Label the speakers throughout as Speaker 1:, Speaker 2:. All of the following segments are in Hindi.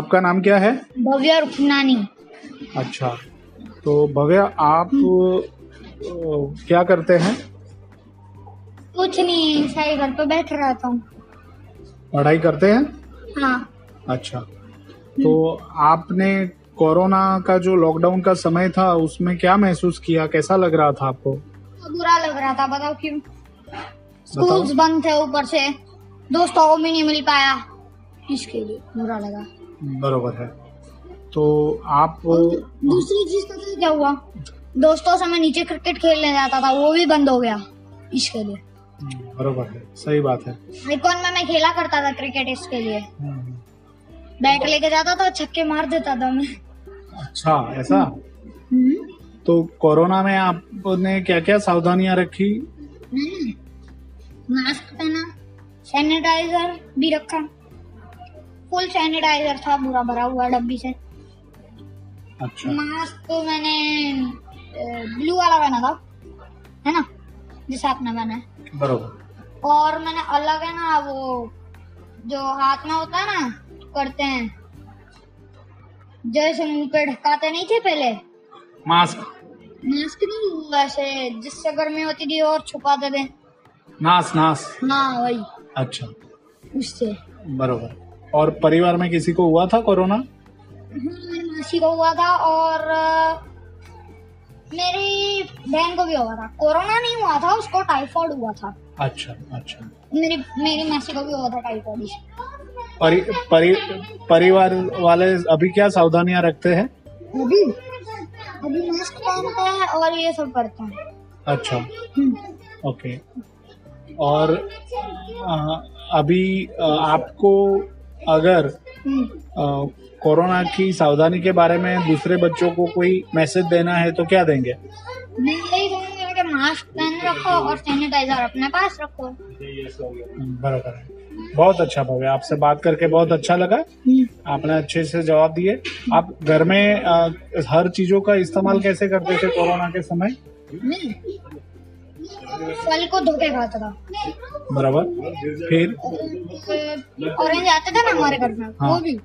Speaker 1: आपका नाम क्या है
Speaker 2: भव्य और खुनानी
Speaker 1: अच्छा तो भव्य आप अ, क्या करते हैं
Speaker 2: कुछ नहीं सारे घर पे बैठ रहता हूँ
Speaker 1: पढ़ाई करते हैं
Speaker 2: हाँ
Speaker 1: अच्छा तो आपने कोरोना का जो लॉकडाउन का समय था उसमें क्या महसूस किया कैसा लग रहा था आपको
Speaker 2: तो बुरा लग रहा था बताओ क्यों स्कूल्स
Speaker 1: बताओ
Speaker 2: बंद थे ऊपर से दोस्तों को भी नहीं मिल पाया इसके लिए बुरा लगा
Speaker 1: बरोबर है तो आप
Speaker 2: और दूसरी चीज पता है क्या हुआ दोस्तों से मैं नीचे क्रिकेट खेलने जाता था वो भी बंद हो गया इसके लिए
Speaker 1: बरोबर है सही बात है
Speaker 2: आईकॉन में मैं खेला करता था क्रिकेट इसके लिए
Speaker 1: हम्म।
Speaker 2: बैट लेके जाता था छक्के मार देता था मैं
Speaker 1: अच्छा ऐसा तो कोरोना में आपने क्या क्या सावधानियां रखी
Speaker 2: मास्क पहना सैनिटाइजर भी रखा फुल सैनिटाइजर था पूरा भरा हुआ डब्बी से
Speaker 1: अच्छा
Speaker 2: मास्क तो मैंने ब्लू वाला पहना था है ना जैसे आपने पहना है
Speaker 1: बरोबर
Speaker 2: और मैंने अलग है ना वो जो हाथ में होता है ना करते हैं जैसे मुंह पे ढकाते नहीं थे पहले
Speaker 1: मास्क
Speaker 2: मास्क नहीं वो वैसे जिससे गर्मी होती थी और छुपाते थे
Speaker 1: नास नास
Speaker 2: हाँ वही
Speaker 1: अच्छा
Speaker 2: उससे
Speaker 1: बरोबर और परिवार में किसी को हुआ था कोरोना
Speaker 2: हाँ, मेरी मासी को हुआ था और अ, मेरी बहन को भी हुआ था कोरोना नहीं हुआ था उसको टाइफाइड हुआ था
Speaker 1: अच्छा अच्छा
Speaker 2: मेरी मेरी मासी को भी हुआ था टाइफाइड
Speaker 1: परि, परि, परिवार वाले अभी क्या सावधानियां रखते हैं
Speaker 2: अभी अभी मास्क पहनते हैं और ये सब करते हैं
Speaker 1: अच्छा
Speaker 2: हम्म।
Speaker 1: ओके और आ, अभी आ, आपको अगर
Speaker 2: हम्म।
Speaker 1: आ, कोरोना की सावधानी के बारे में दूसरे बच्चों को कोई मैसेज देना है तो क्या देंगे
Speaker 2: मैं यही कहूंगा कि मास्क पहन रखो और सैनिटाइजर अपने पास रखो
Speaker 1: बराबर है बहुत अच्छा भव्य आपसे बात करके बहुत अच्छा लगा
Speaker 2: हम्म,
Speaker 1: आपने अच्छे से जवाब दिए आप घर में आ, हर चीजों का इस्तेमाल कैसे करते थे कोरोना के समय
Speaker 2: मैं फल को धोके खाता था
Speaker 1: बराबर फिर
Speaker 2: ऑरेंज आते थे ना हमारे घर में
Speaker 1: हाँ।
Speaker 2: वो भी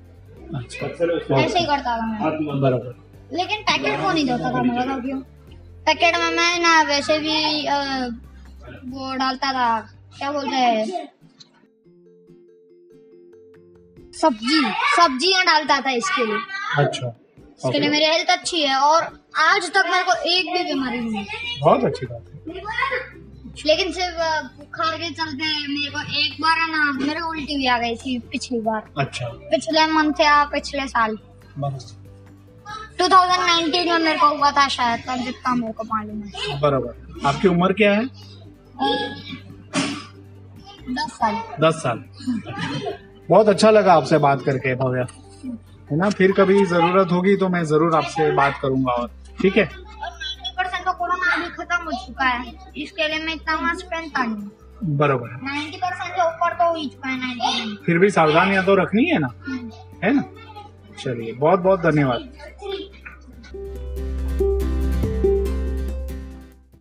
Speaker 1: अच्छा
Speaker 2: ऐसे ही करता था
Speaker 1: हाँ।
Speaker 2: मैं
Speaker 1: बराबर
Speaker 2: लेकिन पैकेट वो नहीं देता था मेरा क्यों पैकेट में मैं ना वैसे भी अ, वो डालता था क्या बोलते हैं सब्जी सब्जियां डालता था इसके लिए
Speaker 1: अच्छा
Speaker 2: इसके लिए
Speaker 1: Okay.
Speaker 2: मेरी हेल्थ अच्छी है और आज तक मेरे को एक भी बीमारी नहीं है
Speaker 1: बहुत अच्छी बात है
Speaker 2: लेकिन सिर्फ अ, बुखार के चलते मेरे को एक बार है ना मेरे को उल्टी भी आ गई थी पिछली बार
Speaker 1: अच्छा
Speaker 2: पिछले मंथ या पिछले साल
Speaker 1: बराबर
Speaker 2: 2019 में मेरे को हुआ था शायद तब जितना मेरे को मालूम है
Speaker 1: बराबर आपकी उम्र क्या है
Speaker 2: दस साल
Speaker 1: दस साल बहुत अच्छा लगा आपसे बात करके भव्य है ना फिर कभी जरूरत होगी तो मैं जरूर आपसे बात करूंगा और ठीक है
Speaker 2: और 90% तो कोरोना अभी खत्म हो चुका है इसके लिए मैं इतना मास्क पहनता नहीं
Speaker 1: बराबर है
Speaker 2: 90% से ऊपर तो हो ही चुका है 90%
Speaker 1: फिर भी सावधानियां तो रखनी है ना है ना चलिए बहुत बहुत धन्यवाद
Speaker 2: हम्म।